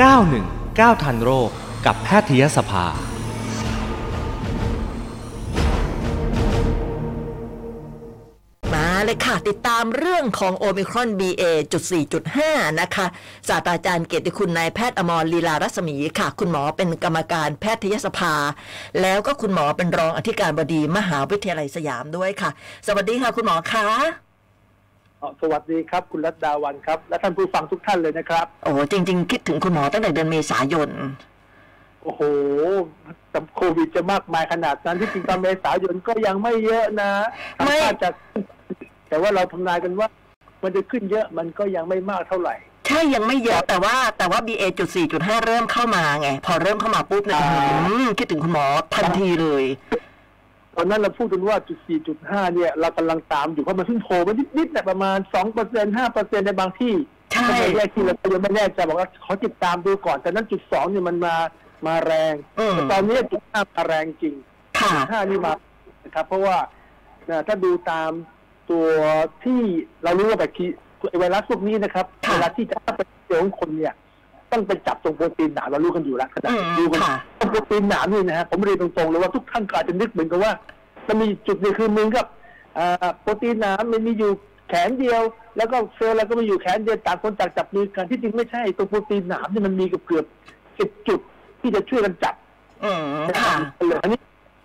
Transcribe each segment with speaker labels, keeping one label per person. Speaker 1: 919 ทันโรคกับแพทยสภา
Speaker 2: มาเลยค่ะ ติดตามเรื่องของโอมิครอน BA.4.5 นะคะศาสตราจารย์เกียรติคุณนายแพทย์อมรลีลารัศมีค่ะ คุณหมอเป็นกรรมการแพทยสภา แล้วก็คุณหมอเป็นรองอธิการบดีมหาวิทยาลัยสยามด้วยค่ะ สวัสดีค่ะ คุณหมอคะ
Speaker 3: เอ่อสวัสดีครับ คุณรัตดาวันครับ และท่านผู้ฟังทุกท่านเลยนะครับ
Speaker 2: โอ้จริง ๆ คิดถึงคุณหมอตั้งแต่เดือนเมษายน
Speaker 3: โอ้โหกับโควิดจะมากมายขนาดนั้นที่จริงตอนเมษายนก็ยังไม่เยอะนะ
Speaker 2: ไม่
Speaker 3: ทางภาคจะแต่ว่าเราทำนายกันว่า มันจะขึ้นเยอะมันก็ยังไม่มากเท่าไหร่
Speaker 2: ใช่ยังไม่เยอะแต่ว่าแต่ว่า BA.4.5 เริ่มเข้ามาไง พอเริ่มเข้ามาปุ๊บเนี่ย
Speaker 3: อ่า
Speaker 2: อืมคิดถึงคุณหมอทันทีเลย
Speaker 3: ตอนนั้นเราพูดกันว่าจุดสี่จุดห้าเนี่ยเรากำลังตามอยู่เพราะมันเพิ่งโผล่มานิดๆแต่ประมาณสองเปอร์เซ็นห้าเปอร์เซ็นในบางที่
Speaker 2: ใช่
Speaker 3: สมัยแรกที่เราก็ยังไม่แน่ใจบอกว่าขอติดตามดูก่อน แต่นั้นจุดสองเนี่ยมันมามาแรง
Speaker 2: อืม
Speaker 3: แต่ตอนนี้จุดห้ามาแรงจริง
Speaker 2: ค่ะ
Speaker 3: ห้านี่มานะครับ เพราะว่าเอ่อถ้าดูตามตัวที่เรารู้ว่าแบคทีไอ้ไวรัสพวกนี้นะครับ
Speaker 2: ค่ะ
Speaker 3: เวลาที่จะเข้าไปเจอของคนเนี่ย ต้องไปจับตรงโปรตีนหนามเรารู้กันอยู่แล้วขนาด
Speaker 2: อืม
Speaker 3: ดูกัน
Speaker 2: ค่ะ
Speaker 3: ตรงโปรตีนหนามนี่นะฮะผมเรียนตรงๆเลยว่าทุกท่านก็อาจจะนึกเหมือนกับว่ามันมีจุดหนึงคือมึงกับเอ่อโปรตีนหนามมันมีอยู่แขนเดียว แล้วก็เซลล์เราก็มีอยู่แขนเดียวต่างคนต่างจับมือกันที่จริงไม่ใช่ตัวโปรตีนหนามเนี่ยมันมีเกือบเกือบสิบจุดที่จะช่วยกันจับ
Speaker 2: อืมค่ะ
Speaker 3: อันนี้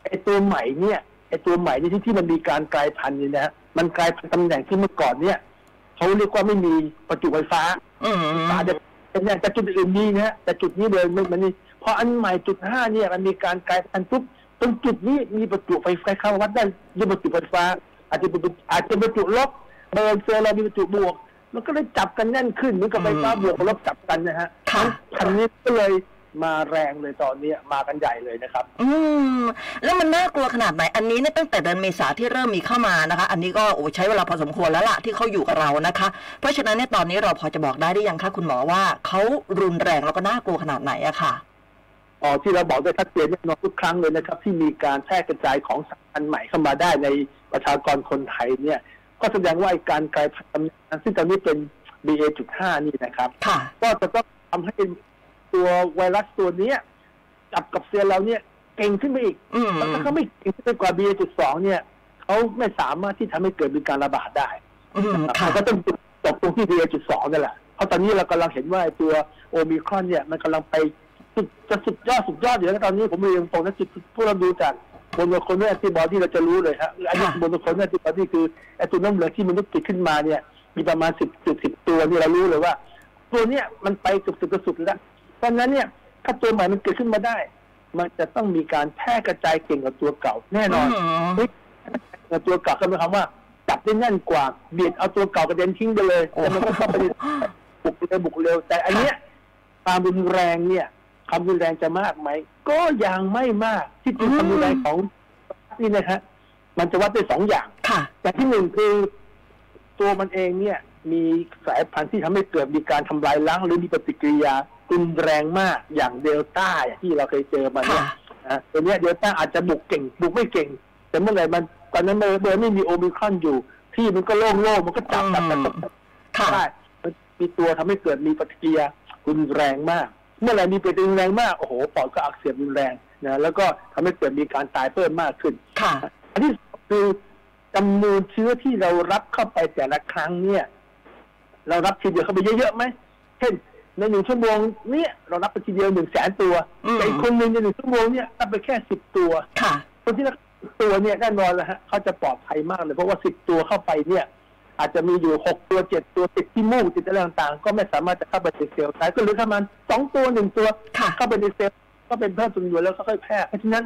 Speaker 3: ไอตัวใหม่เนี่ยไอตัวใหม่นี่ที่ที่มันมีการกลายพันธุ์เนี่ยนะฮะมันกลายพันธุ์ตำแหน่งที่เมื่อก่อนเนี่ยเขาเรียกว่าไม่มีประจุไฟฟ้า
Speaker 2: อืม
Speaker 3: อาจจะเป็นอย่างแต่จุดอื่นมีนะฮะแต่จุดนี้เลยมันมันนี่พออันใหม่จุดห้าเนี่ยมันมีการกลายพันธุ์ปุ๊บตรงจุดนี้มีประจุไฟฟ้าเข้าวัดได้ด้วยประจุไฟฟ้า อาจจะเป็นประจุอาจจะประจุลบเบอร์เซลล์เรามีประจุบวก มันก็เลยจับกันแน่นขึ้นเหมือนกับไฟฟ้าบวกกับลบจับกันนะฮะ
Speaker 2: ค่ะ
Speaker 3: พันธุ์นี้ก็เลยมาแรงเลยตอนเนี้ยมากันใหญ่เลยนะครับ
Speaker 2: อืมแล้วมันน่ากลัวขนาดไหน อันนี้เนี่ยตั้งแต่เดือนเมษาที่เริ่มมีเข้ามานะคะ อันนี้ก็โอ้ใช้เวลาพอสมควรแล้วล่ะที่เขาอยู่กับเรานะคะ เพราะฉะนั้นเนี่ยตอนนี้เราพอจะบอกได้ได้ยังคะคุณหมอว่าเขารุนแรงแล้วก็น่ากลัวขนาดไหนอะค่ะ
Speaker 3: เอ่อที่เราบอกได้ชัดเจนแน่นอนทุกครั้งเลยนะครับ ที่มีการแพร่กระจายของสายพันธุ์ใหม่เข้ามาได้ในประชากรคนไทยเนี่ย ก็แสดงว่าไอ้การกลายพันธุ์ตำแหน่งซึ่งตอนนี้เป็น BA.5 นี่นะครับ
Speaker 2: ค่ะ
Speaker 3: ก็จะต้องทำให้ตัวไวรัสตัวเนี้ยจับกับเซลล์เราเนี่ยเก่งขึ้นไปอีก
Speaker 2: อืม
Speaker 3: แล้วถ้าเขาไม่เก่งขึ้นไปกว่า BA.2 เนี่ยเขาไม่สามารถที่ทำให้เกิดมีการระบาดได้
Speaker 2: อืมค่ะ
Speaker 3: เราก็ต้องจบตรงที่ BA.2 นั่นแหละ เพราะตอนนี้เรากำลังเห็นว่าไอ้ตัวโอมิครอนเนี่ย มันกำลังไปสุดจะสุดยอดสุดยอดอยู่แล้วตอนนี้ผมเรียนตรงนะจุดพวกเราดูจากบนคนแรกที่บอดี้เราจะรู้เลยฮะอันนี้
Speaker 2: ค่ะ
Speaker 3: บนคนแรกที่บอดี้คือไอ้ตัวน้ำเหลืองที่มนุษย์ติดขึ้นมาเนี่ย มีประมาณสิบจุดสิบตัวนี่เรารู้เลยว่า ตัวเนี้ยมันไปเกือบสุดกระสุดแล้วเพราะฉะนั้นเนี่ยถ้าตัวใหม่มันเกิดขึ้นมาได้ มันจะต้องมีการแพร่กระจายเก่งกว่าตัวเก่าแน่นอน
Speaker 2: อืม
Speaker 3: เฮ้ยแต่ตัวเก่าก็หมายความว่าจับได้แน่นกว่าเบียดเอาตัวเก่ากระเด็นทิ้งไปเลย
Speaker 2: โอ้
Speaker 3: แต่มันก็เข้าไปในบุกเร็วบุกเร็ว แต่อันเนี้ยความรุนแรงเนี่ยความรุนแรงจะมากไหมก็ยังไม่มากที่จริง
Speaker 2: อืม
Speaker 3: ความรุนแรงของนี่นะฮะมันจะวัดได้สองอย่าง
Speaker 2: ค่ะ
Speaker 3: อย่างที่หนึ่งคือตัวมันเองเนี่ย มีสายพันธุ์ที่ทำให้เกิดมีการทำลายล้างหรือมีปฏิกิริยารุนแรงมากอย่างเดลต้าอย่างที่เราเคยเจอมาเนี่ย
Speaker 2: ค่ะ
Speaker 3: นะตัวเนี้ยเดลต้าอาจจะบุกเก่ง บุกไม่เก่ง แต่เมื่อไหร่มันตอนนั้นเมื่อเมื่อไม่มีโอมิครอนอยู่ ที่มันก็โล่งๆมันก็จับจับจับจับจับ
Speaker 2: ค่ะ
Speaker 3: ได้มันมีตัวทำให้เกิดมีปฏิกิริยารุนแรงมาก เมื่อไหร่มีปฏิกิริยารุนแรงมาก โอ้โหปอดก็อักเสบรุนแรงนะแล้วก็ทำให้เกิดมีการตายเพิ่มมากขึ้น
Speaker 2: ค่ะ
Speaker 3: อันที่สองคือจำนวนเชื้อที่เรารับเข้าไปแต่ละครั้งเนี่ย เรารับทีเดียวเข้าไปเยอะๆไหมเช่น ในหนึ่งชั่วโมงเนี่ยเรารับไปทีเดียวหนึ่งแสนตัว
Speaker 2: อืม
Speaker 3: แต่อีกคนหนึ่งในหนึ่งชั่วโมงเนี่ยรับไปแค่สิบตัว
Speaker 2: ค่ะ
Speaker 3: คนที่รับ10ตัวเนี่ยแน่นอนแล้วฮะเขาจะปลอดภัยมากเลยเพราะว่าสิบตัวเข้าไปเนี่ย อาจจะมีอยู่หกตัวเจ็ดตัวติดที่มูกติดอะไรต่างๆ ก็ไม่สามารถจะเข้าไปในเซลล์ได้ก็เหรือประมาณสองตัวหนึ่งตัว
Speaker 2: ค่ะ
Speaker 3: เข้าไปในเซลล์ก็เป็นเพิ่มจำนวนแล้วค่อยๆแพร่เพราะฉะนั้น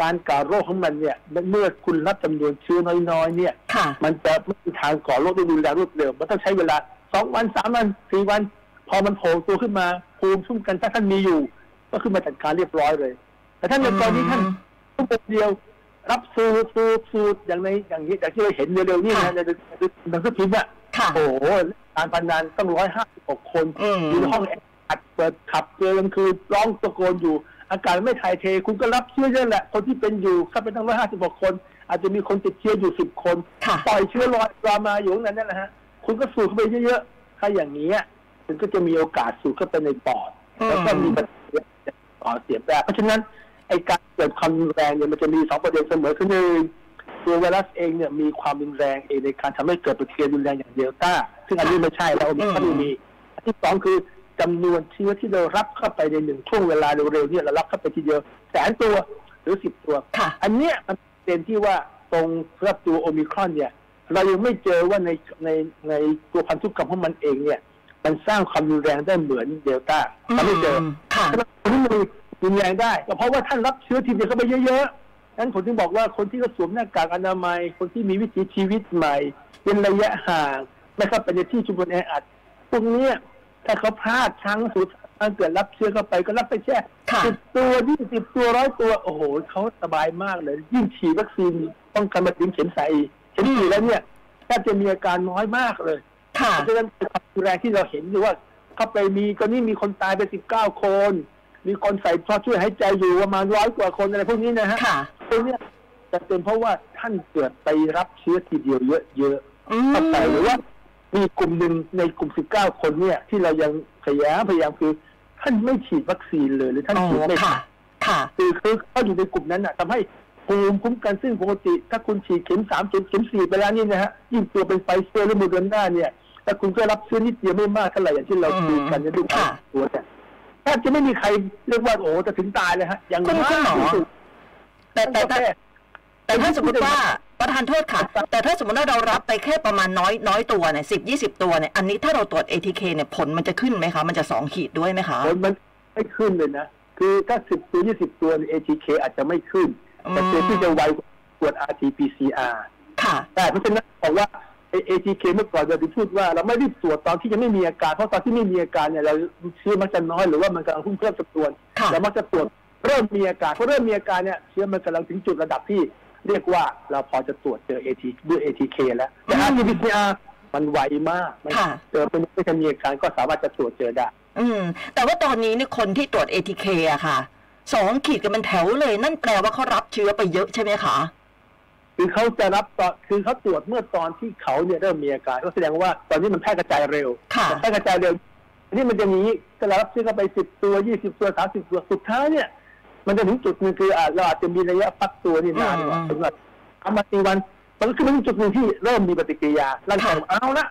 Speaker 3: การก่อโรคของมันเนี่ยเมื่อคุณรับจำนวนเชื้อน้อยๆเนี่ย
Speaker 2: ค่ะ
Speaker 3: มันจะไม่มีทางก่อโรคได้รุนแรงรวดเร็วมันต้องใช้เวลาสองวันสามวันสี่วัน พอมันโผล่ตัวขึ้นมาภูมิคุ้มกันถ้าท่านมีอยู่ ก็ขึ้นมาจัดการเรียบร้อยเลย แต่ท่านในกรณีท่านชั่วโมงเดียว รับสูตรสูตรสูตรอย่างในอย่างนี้อย่างที่เราเห็นเร็วๆนี่
Speaker 2: ค่ะ
Speaker 3: นะในหนังสือพิมพ์อะ
Speaker 2: ค่ะ
Speaker 3: โอ้โหการพนันต้องร้อยห้าสิบหกคน
Speaker 2: อืม
Speaker 3: อยู่ในห้องแออัดเปิดขับเกินคือร้องตะโกนอยู่ อาการไม่ถ่ายเท คุณก็รับเชื้อเยอะแหละ คนที่เป็นอยู่ก็เป็นทั้งร้อยห้าสิบกคน อาจจะมีคนติดเชื้ออยู่สิบคน
Speaker 2: ค่ะ
Speaker 3: ปล่อยเชื้อลอยลามาอยู่ข้างในนั่นแหละฮะ คุณก็สูดเข้าไปเยอะๆ ถ้าอย่างนี้ยคุณก็จะมีโอกาสสูดเข้าไปในปอด
Speaker 4: อืม
Speaker 3: แล้วก็มีปัญหาต่อเสียบได้เพราะฉะนั้นไอการเกิดความรุนแรงเนี่ยมันจะมีสองประเด็นเสมอคือหนึ่งตัวไวรัสเองเนี่ยมีความรุนแรงเองในการทำให้เกิดแบคทีเรียรุนแรงอย่างเดลต้า ซึ่งอันนี้ไม่ใช่แล้วโอมิครอนไม่มีอันที่สองคือจำนวนเชื้อที่เรารับเข้าไปในหนึ่งช่วงเวลาเร็วๆเนี่ยเรารับเข้าไปทีเดียวแสนตัวหรือสิบตัว
Speaker 2: ค่ะ
Speaker 3: อันเนี้ยมันเป็นที่ว่าตรงสำหรับตัวโอมิครอนเนี่ย เรายังไม่เจอว่าในในในตัวพันธุกรรมของมันเองเนี่ย มันสร้างความรุนแรงได้เหมือนเดลต้าเราไม่เจอ
Speaker 2: ค่ะ
Speaker 3: แต่มันมีรุนแรงได้ก็เพราะว่าท่านรับเชื้อทีเดียวเข้าไปเยอะๆนั้นผมถึงบอกว่าคนที่เขาสวมหน้ากากอนามัย คนที่มีวิถีชีวิตใหม่เป็นระยะห่างไม่เข้าไปในที่ชุมชนแออัดพวกเนี้ยถ้าเขาพลาดครั้งสุดท้ายเกิดรับเชื้อเข้าไปก็รับไปแช่
Speaker 2: ค่ะ
Speaker 3: สิบตัวยี่สิบตัวร้อยตัว โอ้โหเขาสบายมากเลย ยิ่งฉีดวัคซีนป้องกันมาถึงเข็มสามอีกเข็มสี่แล้วเนี่ยแทบจะมีอาการน้อยมากเลย
Speaker 2: ค่ะ
Speaker 3: เพราะฉะนั้นความรุนแรงที่เราเห็นอยู่ว่าเข้าไปมีก็นี่มีคนตายไปสิบเก้าคน มีคนใส่ท่อช่วยหายใจอยู่ประมาณร้อยกว่าคนอะไรพวกนี้นะฮะ
Speaker 2: ค่ะ
Speaker 3: พวกเนี้ยจะเป็นเพราะว่าท่านเกิดไปรับเชื้อทีเดียวเยอะๆ
Speaker 2: อืม
Speaker 3: เข้าไปหรือว่ามีกลุ่มหนึ่งในกลุ่ม 19 คนเนี่ย ที่เรายังพยายามพยายามคือ ท่านไม่ฉีดวัคซีนเลยหรือท่าน
Speaker 2: อ๋อ
Speaker 3: ฉีดไม่
Speaker 2: ค่ะ ค่ะ
Speaker 3: คือคือเขาอยู่ในกลุ่มนั้นน่ะทำให้ภูมิคุ้มกันซึ่งปกติ ถ้าคุณฉีดเข็มสามเข็มเข็มสี่ไปแล้วนี่นะฮะยิ่งตัวเป็นไฟเซอร์หรือโมเดอร์นาเนี่ยถ้าคุณก็รับเชื้อนิดเดียวไม่มากเท่าไหร่อย่างที่เรา
Speaker 2: อืม
Speaker 3: คุยกันในเรื่องขอ
Speaker 2: ค่ะ
Speaker 3: งตัวเนี่ยแทบจะไม่มีใครเรียกว่าโอ้โหจะถึงตายเลยฮะอย่าง
Speaker 2: คุณคุณหมอ
Speaker 3: ที่สุด
Speaker 2: แต่แต่
Speaker 3: ก็
Speaker 2: แต่
Speaker 3: ค่
Speaker 2: แต่ถ้าสมมติว่าประธานโทษค่ะ แต่ถ้าสมมติว่าเรารับไปแค่ประมาณน้อยน้อยตัวเนี่ยสิบยี่สิบตัวเนี่ย อันนี้ถ้าเราตรวจ ATK เนี่ยผลมันจะขึ้นไหมคะ มันจะสองขีดด้วยไหมคะ
Speaker 3: ผลมันไม่ขึ้นเลยนะ คือถ้าสิบตัวยี่สิบตัว ATK อาจจะไม่ขึ้น แต่ตัวที่จะไวกว่าตรวจ RT-PCR
Speaker 2: ค่ะ
Speaker 3: แต่เพราะฉะนั้นบอกว่าไอ้ ATK เมื่อก่อนเราถึงพูดว่าเราไม่ได้ตรวจตอนที่ยังไม่มีอาการ เพราะตอนที่ไม่มีอาการเนี่ยเราเชื้อมันจะน้อยหรือว่ามันกำลังเพิ่มเพิ่มจำนวน
Speaker 2: ค่ะ
Speaker 3: เรามักจะตรวจเริ่มมีอาการเพราะเริ่มมีอาการเนี่ยเชื้อมันกำลังถึงจุดระดับที่ เรียกว่าเราพอจะตรวจเจอ AT ด้วย ATK แล้วแต่ RT-PCR มันไวมากมัน
Speaker 2: ค่ะ
Speaker 3: เจอเป็นไม่ทันมีอาการก็สามารถจะตรวจเจอได้
Speaker 2: อืม แต่ว่าตอนนี้เนี่ยคนที่ตรวจ ATK อะค่ะสองขีดกันเป็นแถวเลย นั่นแปลว่าเขารับเชื้อไปเยอะใช่ไหมคะ
Speaker 3: คือเขาจะรับตอนคือเขาตรวจเมื่อตอนที่เขาเนี่ยเริ่มมีอาการก็แสดงว่าตอนนี้มันแพร่กระจายเร็ว
Speaker 2: ค่ะ
Speaker 3: มันแพร่กระจายเร็วทีนี่มันจะมีจะรับเชื้อเข้าไปสิบตัวยี่สิบตัวสามสิบตัวสุดท้ายเนี่ย มันจะถึงจุดหนึ่งคืออาจเราอาจจะมีระยะฟักตัวนี่นานกว่า
Speaker 2: อืม
Speaker 3: สำหรับอามาตีวันมันก็คือมันถึงจุดหนึ่งที่เริ่มมีปฏิกิริยาร่างกาย
Speaker 2: ค่ะ
Speaker 3: บอกเอาละ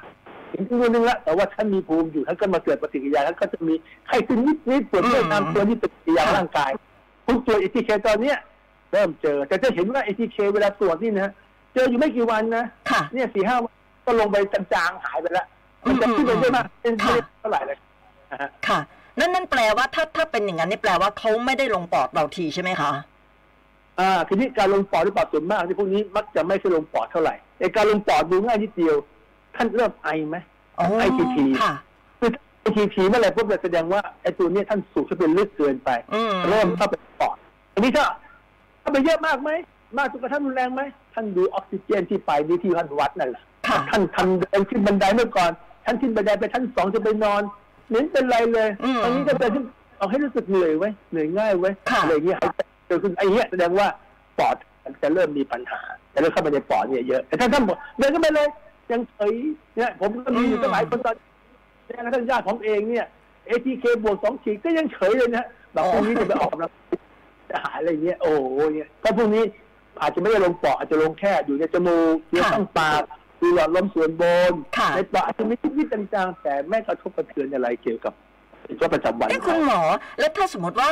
Speaker 3: ถึงจำนวนหนึ่งละแต่ว่าท่านมีภูมิอยู่ท่านก็มาเกิดปฏิกิริยาท่านก็จะมีไข้ขึ้นนิดนิดปวดเมื่อยตามตัวนี่ปฏิกิริยาร่างกายคุณตรวจเอทีเคตอนเนี้ย เริ่มเจอ แต่จะเห็นว่าเอทีเคเวลาตรวจนี่นะเจออยู่ไม่กี่วันนะ
Speaker 2: ค่ะ
Speaker 3: เนี่ยสี่ห้าวันก็ลงไปจางๆหายไปแล้วมันจะขึ้นไปได้มากเป็นไม่ได้เท่าไหร่เลยนะฮะ
Speaker 2: ค่ะ นั่นนั่นแปลว่าถ้าถ้าเป็นอย่างนั้นนี่แปลว่าเขาไม่ได้ลงปอดเราทีใช่ไหมคะ
Speaker 3: อ่าทีนี้การลงปอดหรือเปล่าส่วนมากที่พวกนี้มักจะไม่ใช่ลงปอดเท่าไหร่ไอการลงปอดดูง่ายนิดเดียว ท่านเริ่มไอไหม
Speaker 2: อ๋อ
Speaker 3: ITT
Speaker 2: ค่ะ
Speaker 3: คือไอทีทีเมื่อไหร่พวกเราแสดงว่าไอตัวเนี้ยท่านสูบเข้าไปลึกเกินไป
Speaker 2: อืม
Speaker 3: เริ่มเข้าไปปอดอันนี้ถ้าเข้าไปเยอะมากไหมมากจนกระทั่งรุนแรงไหมท่านดูออกซิเจนที่ไปนี่ที่ท่านวัดนั่นแหละ
Speaker 2: ค่ะ
Speaker 3: ท่านทำเดินขึ้นบันไดเมื่อก่อน ท่านขึ้นบันไดไปชั้นสองจะไปนอนเหมือนเป็นไรเลย
Speaker 2: อืม
Speaker 3: ตอนนี้จะไปขึ้นเอาให้รู้สึกเหนื่อยไว้ยเหนื่อยง่ายไว้ย
Speaker 2: ค่ะ
Speaker 3: อะไรอย่างเงี้ยหายใจเจอขึ้นไอ้เงี้ยแสดงว่าปอดมันจะเริ่มมีปัญหาจะเริ่มเข้าไปในปอดเนี่ยเยอะแต่ท่านท่านบอกเดินเข้าไปเลย ยังเฉยเนี่ยผมก็มีอยู่ตั้งหลายคนตอนแม้กระทั่งญาติผมเองเนี่ย ATK บวกสองขีดก็ยังเฉยเลยนะแบบพวกนี้จะไปออกกำลังจะหายอะไรเงี้ยโอ้โหเนี่ยถ้าพวกนี้อาจจะไม่ได้ลงปอดอาจจะลงแค่อยู่ในจมูกเนื้อข้างปากดูหลอดลมส่วนบน
Speaker 2: ค่ะ
Speaker 3: ในปอดอาจจะมีนิดๆจางๆแต่ไม่กระทบกระเทือนอะไรเกี่ยวกับชีวิตประจำวัน
Speaker 2: เอ้คุณหมอ แล้วถ้าสมมติว่า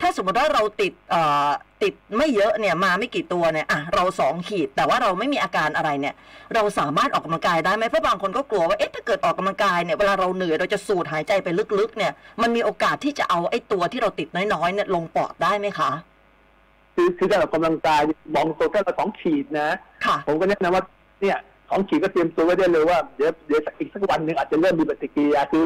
Speaker 2: ถ้าสมมติว่าเราติดเอ่อติดไม่เยอะเนี่ยมาไม่กี่ตัวเนี่ยอ่ะเราสองขีด แต่ว่าเราไม่มีอาการอะไรเนี่ย เราสามารถออกกำลังกายได้ไหมเพราะบางคนก็กลัวว่าเอ๊ะถ้าเกิดออกกำลังกายเนี่ยเวลาเราเหนื่อยเราจะสูดหายใจไปลึกๆ เนี่ย มันมีโอกาสที่จะเอาไอ้ตัวที่เราติดน้อยๆเนี่ยลงปอดได้ไหมคะ
Speaker 3: คือคือการออกกำลังกายบอกตัวแค่ละสองขีดนะ
Speaker 2: ค่ะ
Speaker 3: ผมก็แนะนำว่าเนี่ยของขีดก็เตรียมตัวไว้ได้เลยว่าเดี๋ยวเดี๋ยวอีกสักวันหนึ่งอาจจะเริ่มมีปฏิกิริยาคือ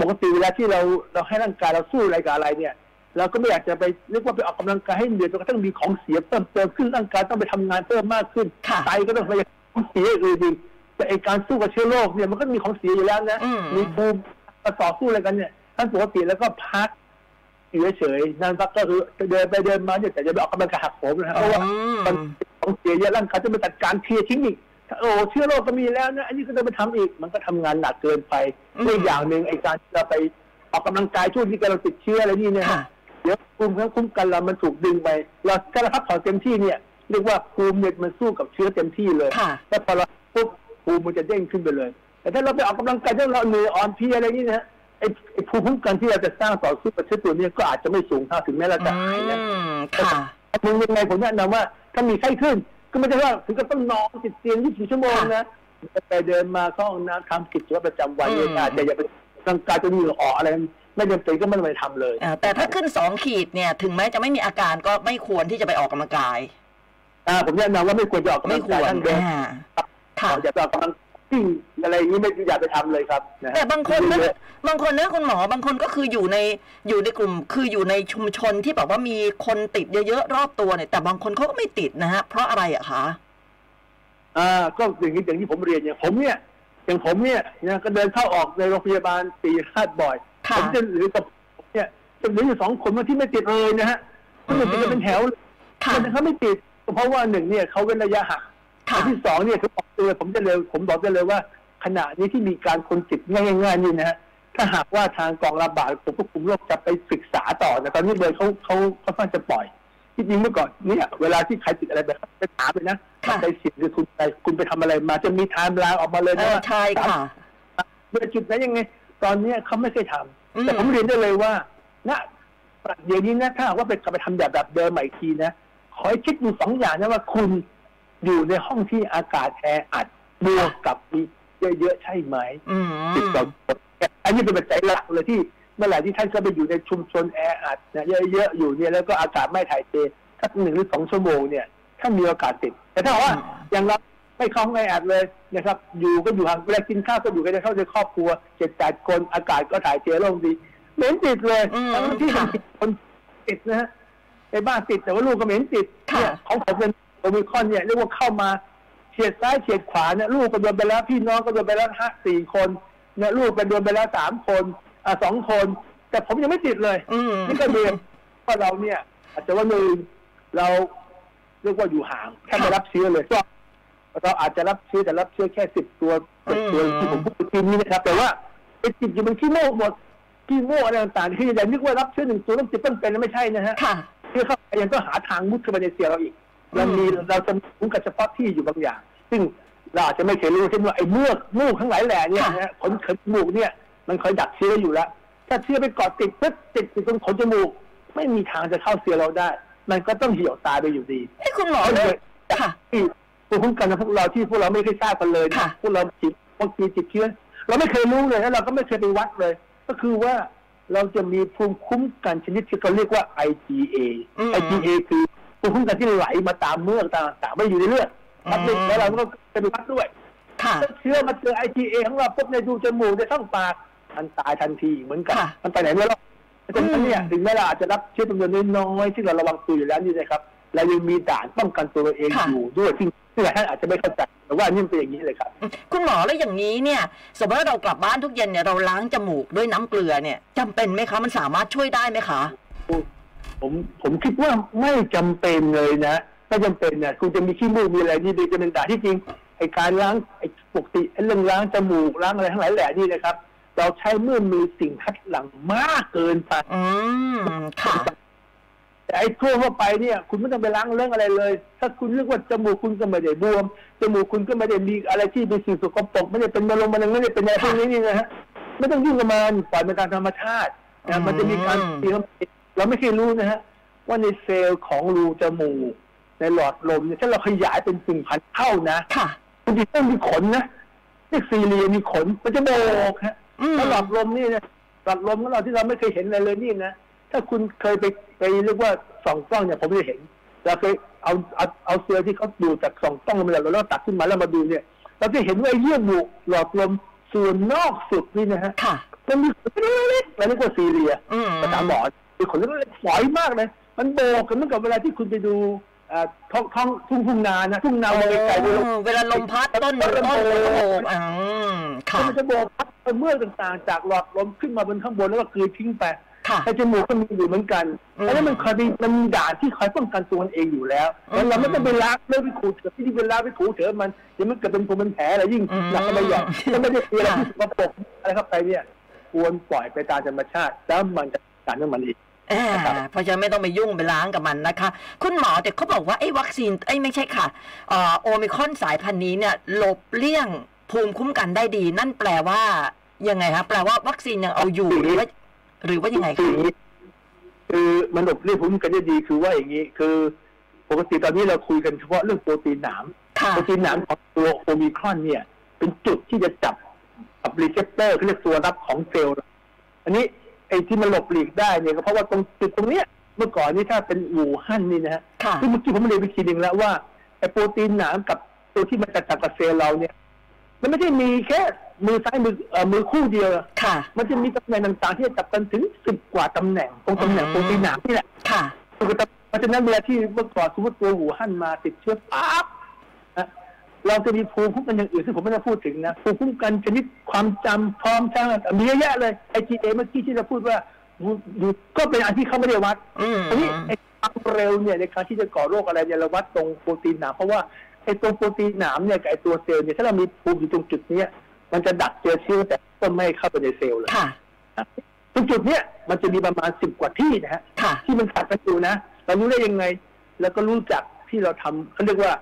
Speaker 3: ปกติเวลาที่เราเราให้ร่างกายเราสู้อะไรกับอะไรเนี่ย เราก็ไม่อยากจะไปเรียกว่าไปออกกำลังกายให้เหนื่อยจนกระทั่งมีของเสียเพิ่มเติมขึ้นร่างกายต้องไปทำงานเพิ่มมากขึ้น
Speaker 2: ค่ะ
Speaker 3: ไตก็ต้องไปของเสียอื่นอีกแต่ไอการสู้กับเชื้อโรคเนี่ยมันก็มีของเสียอยู่แล้วนะ
Speaker 2: อืม
Speaker 3: มีภูมิมาต่อสู้อะไรกันเนี่ยท่านปกติแล้วก็พักอยู่เฉยๆนั่งพักก็คือเดินไปเดินมาเนี่ยแต่จะไปออกกำลังกายหักโหมนะครับเพราะว่า
Speaker 2: อืม
Speaker 3: มันของเสียเยอะร่างกายจะไปจัดการเคลียร์ทิ้งอีกโอ้เชื้อโรคก็มีแล้วนะอันนี้ก็จะไปทำอีก มันก็ทำงานหนักเกินไป
Speaker 2: อืม
Speaker 3: และอีกอย่างหนึ่งไอ้การที่เราไปไป อกกำลังกายช่วงที่กำลังติดเชื้ออะไรนี่เนี่ย
Speaker 2: ค่ะ
Speaker 3: เดี๋ยวภูมิคุ้มกันเรามันถูกดึงไปเราถ้าเราพักผ่อนเต็มที่เนี่ยเรียกว่าภูมิเนี่ยมันสู้กับเชื้อเต็มที่เลย
Speaker 2: ค่ะ
Speaker 3: แล้วพอเราปุ๊บภูมิมันจะเด้งขึ้นไปเลย แต่ถ้าเราไปออกกำลังกายถ้าเราเหนื่อยอ่อนเพลียอะไรอย่างนี้นะฮะไอ้ไอ้ภูมิคุ้มกันที่เราจะสร้างต่อสู้กับเชื้อตัวเนี้ก็อาจจะไม่สูงเท่าถึงแม้เราจะ
Speaker 2: อื
Speaker 3: หายนะ
Speaker 2: มค่ะ
Speaker 3: มึงยังไงผมแนะนำว่า ถ้ามีไข้ขึ้น ก็ไม่ใช่ว่าถึงกับต้องนอนติดเตียง24ชั่วโมงนะไปเดินมาเข้าห้องน้ำทำกิจวัตรประจำวันเนี่ย
Speaker 2: อืม
Speaker 3: อาจจะอย่าไปร่างกายจะมีเหงื่อออกอะไรไม่จำเป็นก็ไม่ต้องไปทำเลย
Speaker 2: เอ่อแต่ถ้าขึ้นสองขีดเนี่ย ถึงแม้จะไม่มีอาการก็ไม่ควรที่จะไปออกกำลังกาย
Speaker 3: อ่าผมแนะนำว่าไม่ควรจะออกกำ
Speaker 2: ไม่
Speaker 3: ลัง
Speaker 2: ค
Speaker 3: กา
Speaker 2: วยร
Speaker 3: ท่านเดิน
Speaker 2: อ่าค่ะ
Speaker 3: อย่าไปออกกำลังวิ่งอะไรอย่างนี้ไม่อย่าไปทำเลยครับะฮะ
Speaker 2: แต่บางคนนะบางคนนะคุณหมอบางคนก็คืออยู่ในอยู่ในกลุ่ม คืออยู่ในชุมชนที่แบบว่ามีคนติดเยอะๆรอบตัวเนี่ยแต่บางคนเขาก็ไม่ติดนะฮะเพราะอะไรอะคะ
Speaker 3: อ่าก็อย่างนี้อย่างที่ผมเรียนอย่างผมเนี่ยอย่างผมเนี่ยนะก็เดินเข้าออกในโรงพยาบาลตีคาดบ่อย
Speaker 2: ค่ะ
Speaker 3: ผมจะหรือกับเนี่ยจะเหลืออยู่สองคนที่ไม่ติดเลยนะฮะคนอื่นติดกันเป็นแถวเลย
Speaker 2: ค่ะ
Speaker 3: แต่เขาไม่ติดเพราะว่าหนึ่งเนี่ยเขาเว้นระยะห่าง
Speaker 2: ค่ะ
Speaker 3: อันที่สองเนี่ยคือบอกเลยผมจะเลยผมบอกได้เลยว่า ขณะนี้ที่มีการคนติดง่ายๆนี่นะฮะถ้าหากว่าทางกองระบาดกรมควบคุมโรคจะไปศึกษาต่อนะตอนนี้เลยเขาเขาเขาค่อนข้างจะปล่อยที่จริงเมื่อก่อนเนี่ยเวลาที่ใครติดอะไรแบบจะถามเลยนะ
Speaker 2: ค่ะ
Speaker 3: ไปเสิทธิ์หรือคุณไปคุณไปทำอะไรมาจะมีไทม์ไลน์ออกมาเลย
Speaker 2: เออ
Speaker 3: นะว่า
Speaker 2: ใช่ค่ะ
Speaker 3: เมื่อจุดนั้นยังไง ตอนเนี้ยเขาไม่เคย
Speaker 2: อื
Speaker 3: ทำ
Speaker 2: ม
Speaker 3: แต่ผมเรียนได้เลยว่าณเดี๋ยวนี้นะถ้าหากว่าไปกลับไปทำแบบแบบเดิมใหม่อีกทีนะขอให้คิดดูสองอย่างนะว่าคุณอยู่ในห้องที่อากาศแออัดบวกกับมีเยอะๆใช่ไหม
Speaker 2: อืม
Speaker 3: ติดต่ออันนี้เป็นปัจจัยหลักเลยที่เมื่อไหร่ที่ท่านก็ไปอยู่ในชุมชนแออัดนะเยอะๆอยู่เนี่ยแล้วก็อากาศไม่ถ่ายเทสักหนึ่งหรือสองชั่วโมงเนี่ยท่านมีโอกาสติด แต่ถ้าว่า
Speaker 2: อืม
Speaker 3: อย่างเราไม่เข้าห้องแออัดเลยนะครับ อยู่ก็อยู่ห่างเวลากินข้าวก็อยู่กันในเข้าในครอบครัวเจ็ดแปดคนอากาศก็ถ่ายเทโล่งดีเหม็นติดเลย
Speaker 2: อืม
Speaker 3: ทั้งที่
Speaker 2: ค่ะ
Speaker 3: เป็นคนติดนะฮะในบ้านติดแต่ว่าลูกก็เหม็นติด
Speaker 2: ค่ะ
Speaker 3: เนี่ยของผมเป็นโอมิครอนเนี่ยเรียกว่าเข้ามา เฉียดซ้ายเฉียดขวาเนี่ยลูกก็โดนไปแล้วพี่น้องก็โดนไปแล้วห้าสี่คนเนี่ยลูกก็โดนไปแล้วสามคนอ่ะสองคน แต่ผมยังไม่ติดเลย
Speaker 2: อืม
Speaker 3: นี่ก็เรียนว่าเราเนี่ย อาจจะว่าหนึ่งเราเรียกว่าอยู่ห่างแค่ไม่รับเชื้อเลยก็เราอาจจะรับเชื้อแต่รับเชื้อแค่สิบตัวสิบตัว
Speaker 2: อืม
Speaker 3: ที่ผมพูดเมื่อกี้นี้นะครับ แต่ว่าไอ้ติดอยู่มันขี้โม่หมดขี้โม่อะไรต่างๆที่อย่านึกว่ารับเชื้อหนึ่งตัวต้องติดต้นเป็นนะไม่ใช่นะฮะ
Speaker 2: ค่ะ
Speaker 3: คือเขายังก็หาทางมุดเข้าไปในเซลล์เราอีกเรามี
Speaker 2: อืม
Speaker 3: เราจะคุ้มกับเฉพาะที่อยู่บางอย่าง ซึ่งเราอาจจะไม่เคยรู้เช่นว่าไอ้เมือกมูกทั้งหลายแหล่เนี่ยนะฮะขนขนจมูกเนี่ย มันคอยดักเชื้ออยู่แล้ว ถ้าเชื้อไปเกาะติดปุ๊บติดอยู่ตรงขนจมูก ไม่มีทางจะเข้าเซลล์เราได้ มันก็ต้องเหี่ยวตายไปอยู่ดี
Speaker 2: ไอ้ยคุณหมอเลยค่ะ
Speaker 3: ที่ภูมิคุ้มกันของพวกเราที่พวกเราไม่เคยทราบกันเลย
Speaker 2: ค่ะ
Speaker 3: พวกเราจิตพวกจิตติดเชื้อเราไม่เคยรู้เลยแล้วเราก็ไม่เคยไปวัดเลย ก็คือว่าเราจะมีภูมิคุ้มกันชนิดที่เขาเรียกว่า IgA
Speaker 2: อืม
Speaker 3: IgA คือภูมิคุ้มกันที่ไหลมาตามเมือกตามต่างๆไม่อยู่ในเลือดวัดเลย
Speaker 2: อืม
Speaker 3: แล้วเราก็จะไปวัดด้วย
Speaker 2: ค่ะ
Speaker 3: ถ้าเชื้อมาเจอ IgA ของเราปุ๊บในดูจมูกในช่องปากมันตายทันทีเหมือนกัน
Speaker 2: ค่ะ
Speaker 3: มันไปไหนไม่รอดเพราะฉะนั้นเนี่ย
Speaker 2: อืม
Speaker 3: ถึงแม้เราอาจจะรับเชื้อจำนวนน้อยๆที่เราระวังตัวอยู่แล้วนี่นะครับเรายังมีด่านป้องกันตัวเราเอง
Speaker 2: ค่ะ
Speaker 3: อยู่ด้วยซึ่งซึ่งหลายท่านอาจจะไม่เข้าใจแต่ว่านี่มันเป็นอย่างนี้เลยครับ
Speaker 2: คุณหมอแล้วอย่างนี้เนี่ย สมมติว่าเรากลับบ้านทุกเย็นเนี่ยเราล้างจมูกด้วยน้ำเกลือเนี่ยจำเป็นไหมคะมันสามารถช่วยได้ไหมคะ
Speaker 3: ผมผมคิดว่าไม่จำเป็นเลยนะไม่จำเป็นนะคุณจะมีขี้มูกมีอะไรนี่ดีจะเป็นด่าที่จริงไอการล้างไอปกติไอ้เรื่องล้างจมูกล้างอะไรทั้งหลายแหล่นี่นะครับ เราใช้เมื่อมีสิ่งคัดหลั่งมากเกินไป
Speaker 2: อืมค่ะ
Speaker 3: แต่ไอ้ทั่วทั่วไปเนี่ยคุณไม่ต้องไปล้างเรื่องอะไรเลย ถ้าคุณเรียกว่าจมูกคุณก็ไม่ได้บวมจมูกคุณก็ไม่ได้มีอะไรที่เป็นสิ่งสกปรกไม่ได้เป็นมะเร็งมะเร็งไม่ได้เป็นอะไรพวกนี้นี่นะฮะไม่ต้องยุ่งกับมันปล่อยมันตามธรรมชาตินะมันจะมีการ
Speaker 2: อืม
Speaker 3: เตรียมเราไม่เคยรู้นะฮะว่าในเซลล์ของรูจมูก ในหลอดลมเนี่ยถ้าเราขยายเป็นสิ่งพันเท่านะ
Speaker 2: ค่ะ
Speaker 3: คุณจะต้องมีขนนะเรียกซีเรียมีขนมันจะโบกฮะ
Speaker 2: อืม
Speaker 3: แล้วหลอดลมนี่นะหลอดลมของเราที่เราไม่เคยเห็นอะไรเลยนี่นะถ้าคุณเคยไปไปเรียกว่าส่องกล้องเนี่ยผมจะเห็นเราเคยเอาเอาเอาเสือที่เขาดูจากส่องกล้องมาแล้วเราตักขึ้นมาแล้วมาดูเนี่ย เราจะเห็นว่าไอ้เยื่อบุหลอดลมส่วนนอกสุดนี่นะฮะ
Speaker 2: ค่ะ
Speaker 3: มันมีขนเล็กๆเราเรียกว่าซีเรีย
Speaker 2: อืม
Speaker 3: ภาษาหมอมีขนเล็กๆฝอยมากเลยมันโบกกันเหมือนกับเวลาที่คุณไปดูเอ่อท้องท้องทุ่งทุ่งนานะทุ่งนา
Speaker 2: โอ้
Speaker 3: ไกลๆดู
Speaker 2: เวลาลมพัดต้นต้นโอ้อืมค่ะ
Speaker 3: แล้วมันจะโบกพัดไปเมื่อกต่างๆ จากหลอดลมขึ้นมาบนข้างบนแล้วก็กลืนทิ้งไป
Speaker 2: ค่ะ
Speaker 3: ไอ้จมูกก็มีอยู่เหมือนกัน
Speaker 2: อืม
Speaker 3: อันนั้นมันคอยมีมันมีด่านที่คอยป้องกันตัวมันเองอยู่แล้ว
Speaker 2: อืม
Speaker 3: แล้วเราไม่ต้องไปล้างเรื่องไปขูดเถอะที่ไปล้างไปขูดเถอะมันเดี๋ยวมันเกิดเป็นภูมิเป็นแผลอะไรยิ่ง
Speaker 2: อืม
Speaker 3: หนักก็ไปใหญ่แล้วไม่ได้มีอะไร
Speaker 2: ค่ะ
Speaker 3: ที่สกปรกอะไรเข้าไปเนี่ย ควรปล่อยไปตามธรรมชาติ แล้วมันจะจัดน้ำมันเอง
Speaker 2: อ่า
Speaker 3: ครับ
Speaker 2: เพราะฉะนั้นไม่ต้องไปยุ่งไปล้างกับมันนะคะ คุณหมอแต่เขาบอกว่าไอ้วัคซีนไอ้ยไม่ใช่ค่ะเอ่อโอมิครอนสายพันธุ์นี้เนี่ยหลบเลี่ยงภูมิคุ้มกันได้ดี นั่นแปลว่ายังไงคะแปลว่าวัคซีนยังเอาอยู่หรือว่าหรือว่ายังไง
Speaker 3: คือ
Speaker 2: คะ
Speaker 3: อย่างนี้คือมันหลบเรื่องภูมิคุ้มกันได้ดีคือว่าอย่างนี้ คือปกติตอนนี้เราคุยกันเฉพาะเรื่องโปรตีนหนาม
Speaker 2: ค่ะ
Speaker 3: โปรตีนหนามของตัวโอมิครอนเนี่ย เป็นจุดที่จะจับกับรีเซพเตอร์เขาเรียกตัวรับของเซลล์อันนี้ไอ้ที่มันหลบหลีกได้เนี่ยก็เพราะว่าตรงจุดตรงเนี้ยเมื่อก่อนนี่ถ้าเป็นอู่ฮั่นนี่นะฮะ
Speaker 2: ค่ะ
Speaker 3: ที่งเมื่อกี้ผมเรียนไปทีหนึ่งแล้วว่าไอ้โปรตีนหนามกับตัวที่มันจะจับกับเซลล์เราเนี่ย มันไม่ได้มีแค่มือซ้ายมือเอ่อมือคู่เดียว
Speaker 2: ค่ะ
Speaker 3: มันจะมีตำแหน่งต่างๆที่จะจับกันถึงสิบกว่าตำแหน่งตรงตำแหน่ง
Speaker 2: อืม
Speaker 3: โปรตีนหนามนี่แหละ
Speaker 2: ค่ะ
Speaker 3: เพราะฉะนั้นเวลาที่เมื่อก่อนสมมติตัวหูหั่นมาติดเชื้อปั๊บนะเราจะมีภูมิคุ้มกันอย่างอื่นที่งผมไม่ได้พูดถึงนะภูมิคุ้มกันชนิดความจำพร้อมทั้งมีเยอะแยะเลยไอจีเอเมื่อกี้ที่เราพูดว่าดูดูก็เป็นอันที่เขาไม่ได้วัด
Speaker 2: อืม
Speaker 3: อันนี้ไอความเร็วเนี่ยในการที่จะก่อโรคอะไรเนี่ยเราวัดตรงโปรตีนหนามเพราะว่าไอตัวโปรตีนหนามเนี่ยกับไอตัวเซลล์เนี่ยถ้าเรามีภูมิอยู่ตรงจุดเนี้ยมันจะดักเจอเชื้อแต่ก็ไม่เข้าไปในเซลล์เลย
Speaker 2: ค่ะ
Speaker 3: นะตรงจุดเนี้ยมันจะมีประมาณสิบกว่าที่นะฮะ
Speaker 2: ค่ะ
Speaker 3: ที่มันขัดกันอยู่นะ เรารู้ได้ยังไง แล้วก็รู้จักที่เราทำเขาเรียกว่า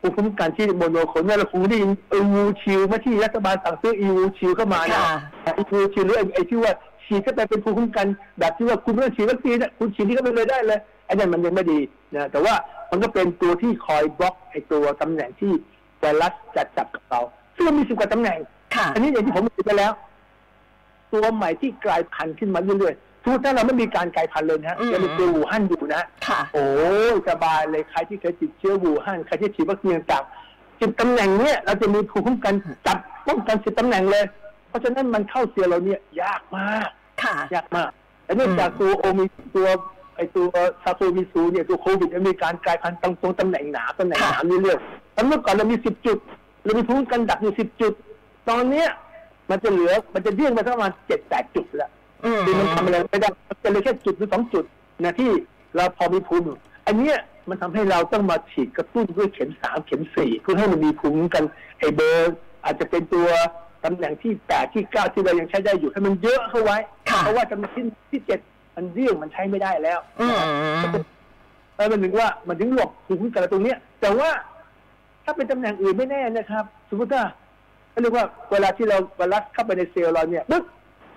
Speaker 3: ภูมิคุ้มกันที่โมโนโคลเนี่ยเราคงได้ยินอีวูชิลเมื่อที่รัฐบาลสั่งซื้ออีวูชิลเข้ามาเนี่ย
Speaker 2: ค่ะ
Speaker 3: อีวูชิลหรือไอ้ไอ้ที่ว่าฉีดเข้าไปเป็นภูมิคุ้มกันแบบที่ว่าคุณไม่ต้องฉีดวัคซีนอะคุณฉีดนี่ก็ไปเลยได้เลยไอ้นั่นมันยังไม่ดีนะแต่ว่ามันก็เป็นตัวที่คอยบล็อกไอ้ตัวตำแหน่งที่ไวรัสจัดจับกับเราซึ่งมันมีสิบกว่าตำแหน่ง
Speaker 2: ค่ะ
Speaker 3: อันนี้อย่างที่ผมบอกไปแล้ว ตัวใหม่ที่กลายพันธุ์ขึ้นมาเรื่อยๆทุกท่านเราไม่มีการกลายพันธุ์เลยนะฮะ
Speaker 2: อืม
Speaker 3: ยังมีตัวอู่ฮั่นอยู่นะ
Speaker 2: ค่ะ
Speaker 3: โอ้ยสบายเลยใครที่เคยติดเชื้ออู่ฮั่นใครที่ฉีดวัคซีนต่างๆสิบตำแหน่งเนี่ยเราจะมีภูมิคุ้มกันจับป้องกันสิบตำแหน่งเลย เพราะฉะนั้นมันเข้าเซลล์เราเนี่ย ยากมาก
Speaker 2: ค่ะ
Speaker 3: ยากมากแต่เนื่องจากตัวโอมิตัวไอตัวซาโควิซูเนี่ยตัวโควิดเนี่ยมีการกลายพันธุ์ตรงตรงตำแหน่งหนาตำแหน่งหนา
Speaker 2: ค่ะ
Speaker 3: นี่เรื่องตอนเมื่อก่อนเรามีสิบจุดเรามีภูมิคุ้มกันดักอยู่สิบจุด ตอนเนี้ยมันจะเหลือมันจะเลี่ยงไปสักประมาณเจ็ดแปดจุดละ
Speaker 2: อืม
Speaker 3: คือมันทำอะไรไม่ได้มันจะเหลือแค่จุดหรือสองจุดนะที่เราพอมีภูมิอยู่อันเนี้ยมันทำให้เราต้องมาฉีดกระตุ้นด้วยเข็มสามเข็มสี่เพื่อให้มันมีภูมิคุ้มกันไอเบอร์อาจจะเป็นตัวตำแหน่งที่แปดที่เก้าที่เรายังใช้ได้อยู่ให้มันเยอะเข้าไว้
Speaker 2: ค่ะ
Speaker 3: เพราะว่าจำนวนที่ที่เจ็ดมันเรี่ยงมันใช้ไม่ได้แล้ว
Speaker 2: อืม
Speaker 3: แล้วมันถึงว่ามันถึงหลบภูมิคุ้มกันเราตรงเนี้ย แต่ว่าถ้าเป็นตำแหน่งอื่นไม่แน่นะครับ สมมติว่าเขาเรียกว่าเวลาที่เราไวรัสเข้าไปในเซลล์เราเนี่ยปึ๊บ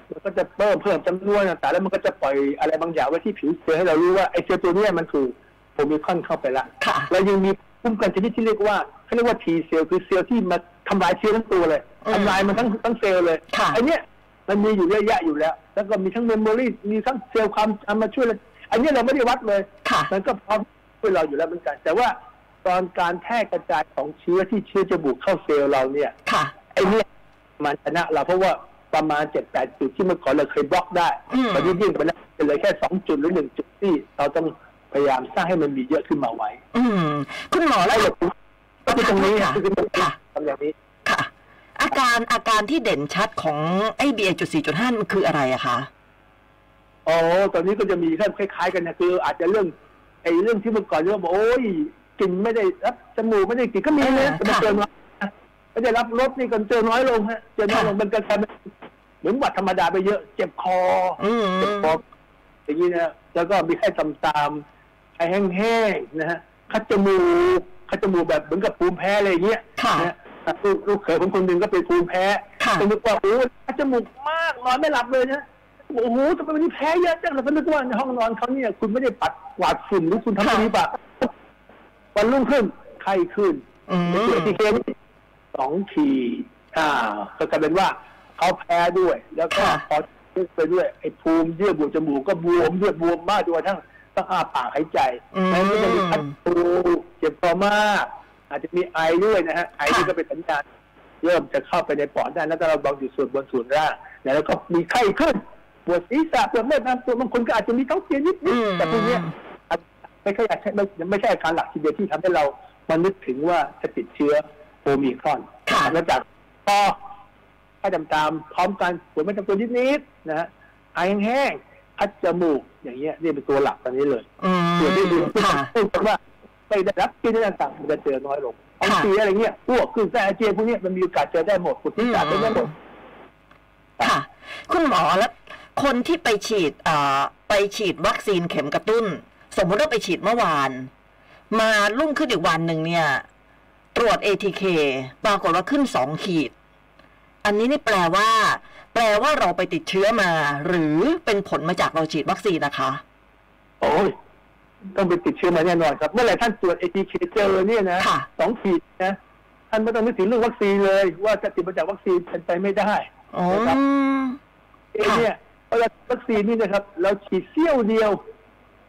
Speaker 3: มันก็จะเพิ่มเพิ่มจำนวนต่างๆแล้วมันก็จะปล่อยอะไรบางอย่างไว้ที่ผิวเซลล์ให้เรารู้ว่าไอ้เซลล์ตัวเนี้ยมันถูกโอมิครอนเข้าไปละ
Speaker 2: ค่ะ
Speaker 3: เรายังมีภูมิคุ้มกันชนิดที่เรียกว่าเขาเรียกว่าทีเซลล์คือเซลล์ที่มาทำลายเชื้อทั้งตัวเลย
Speaker 2: อืม
Speaker 3: ทำลายมันทั้งทั้งเซลล์เลย
Speaker 2: ค่ะ
Speaker 3: อันเนี้ยมันมีอยู่เยอะแยะอยู่แล้ว แล้วก็มีทั้งเมมโมรีมีทั้งเซลล์ความจำมาช่วยเลยอันเนี้ยเราไม่ได้วัดเลย
Speaker 2: ค่ะ
Speaker 3: มันก็พร้อมช่วยเราอยู่แล้วเหมือนกัน แต่ว่าตอนการแพร่กระจายของเชื้อที่เชื้อจะบุกเข้าเซลล์เราเนี่ย
Speaker 2: ค่ะ
Speaker 3: ไอ้เนี่ยมันชนะเราเพราะว่าประมาณเจ็ดแปดจุดที่เมื่อก่อนเราเคยบล็อกได้
Speaker 2: อืม
Speaker 3: ตอนนี้ยิ่งไปแล้วเป็นเหลยแค่สองจุดหรือหนึ่งจุดที่เราต้องพยายามสร้างให้มันมีเยอะขึ้นมาไว้
Speaker 2: อืม คุณหมอแล้
Speaker 3: ไอ้
Speaker 2: ว
Speaker 3: หลบก็คือตรงนี้
Speaker 2: ค่ะ
Speaker 3: คือตรงนี้ทำอย่างนี้
Speaker 2: ค่ะ อาการอาการที่เด่นชัดของไอ้ BA จุดสี่จุดห้ามันคืออะไรอะคะ
Speaker 3: อ๋อ ตอนนี้ก็จะมีเรื่องคล้ายๆกันนะคือ อาจจะเรื่องไอ้เรื่องที่เมื่อก่อนเรื่องบอกโอ้ยกลินไม่ได้รับจมูกไม่ได้กลินก็มี
Speaker 2: เออ
Speaker 3: นะแต่
Speaker 2: ค่ะ
Speaker 3: มันเจอน้อยนะไม่ได้รับรสนี่ก็เจอน้อยลงฮะเจอน้อยลง
Speaker 2: ค่ะ
Speaker 3: มันก็กลายเป็นเหมือนหวัดธรรมดาไปเยอะ เจ็บคอ
Speaker 2: อืม
Speaker 3: เจ็บคออย่างนี้นะแล้วก็มีไข้ตามๆไข้แห้งๆนะฮะคัดจมูกคัดจมูกแบบเหมือนกับภูมิแพ้อะไรอย่างเงี้ย
Speaker 2: ค่ะ
Speaker 3: นฮลูกลูกเขยผมคนหนึ่งก็เป็นภูมิแพ้
Speaker 2: ค่ะ
Speaker 3: ก็นึกว่าโอ้ยคัดจมูกมากนอนไม่หลับเลยนะ โอ้โหทำไมวันนี้แพ้เยอะจังเราก็นึกว่าในห้องนอนเขาเนี่ย คุณไม่ได้ปัดกวาดฝุ่นหรือคุณทำอะไร
Speaker 2: ค่ะ
Speaker 3: นี้ปะวันรุ่งขึ้นไข้ขึ้น
Speaker 2: อืม
Speaker 3: ไอ้ตัวที่เคมสองขีดอ่าก็กลายเป็นว่าเขาแพ้ด้วย แล้วก็
Speaker 2: ค่ะ
Speaker 3: พอไปด้วยไอ้ภูมิเยื่อบุจมูกก็บวมเยื่อบวมมากจนกระทั่งต้องอาปากหายใจ
Speaker 2: อืม
Speaker 3: นั้นก็จะมีคัดตูเจ็บคอมาก อาจจะมีไอด้วยนะฮะไอนี่ก็เป็นสัญญาณ เริ่มจะเข้าไปในปอดได้แล้วถ้าเราบางอยู่ส่วนบนส่วนล่างนะแล้วก็มีไข้ขึ้นปวดศีรษะปวดเมื่อยตามตัวบางคนก็อาจจะมีท้องเสียนิด
Speaker 2: อื
Speaker 3: นิด
Speaker 2: ม
Speaker 3: แต่พวกเนี้ยอาจไม่ใช่อาจจะไม่ไม่ใช่อาการหลักทีเดียวที่ทำให้เรามันนึกถึงว่าจะติดเชื้อโอมิครอน
Speaker 2: ค่ะ
Speaker 3: แล้วจากปอไข้ดำตามพร้อมกันปวดไม่ตามตัวนิดนิดๆนะฮะไอแห้งๆคัดจมูกอย่างเงี้ยนี่เป็นตัวหลักตอนนี้เลย
Speaker 2: อืม
Speaker 3: ส่วนที่ดี
Speaker 2: ค่ะ
Speaker 3: พูดกันว่าไปได้รับกินได้ต่างๆมันจะเจอน้อยลงบาง
Speaker 2: ค่ะ
Speaker 3: ทีอะไรเงี้ยอ้วกขึ้นแต่อาเจียนพวกเนี้ยมันมีโอกาสเจอได้หมดปวดศีรษะ
Speaker 2: อืม
Speaker 3: เป็นได้หมด
Speaker 2: ค่ะ คุณหมอแล้วคนที่ไปฉีดเอ่อไปฉีดวัคซีนเข็มกระตุ้น สมมติว่าไปฉีดเมื่อวาน มารุ่งขึ้นอีกวันหนึ่งเนี่ย ตรวจ ATK ปรากฏว่าขึ้นสองขีด อันนี้นี่แปลว่า แปลว่าเราไปติดเชื้อมา หรือเป็นผลมาจากเราฉีดวัคซีนนะคะ
Speaker 3: โอ้ยต้องไปติดเชื้อมาแน่นอนครับ เมื่อไหร่ท่านตรวจเอทีเคเจอเนี่ยนะ
Speaker 2: ค่ะ
Speaker 3: สองขีดนะท่านไม่ต้องนึกถึงเรื่องวัคซีนเลย ว่าจะติดมาจากวัคซีนเป็นไปไม่ได้
Speaker 2: อ๋อ
Speaker 3: นะครับ เอเนี่ยเพราะวัคซีนนี่นะครับ เราฉีดเสี้ยวเดียว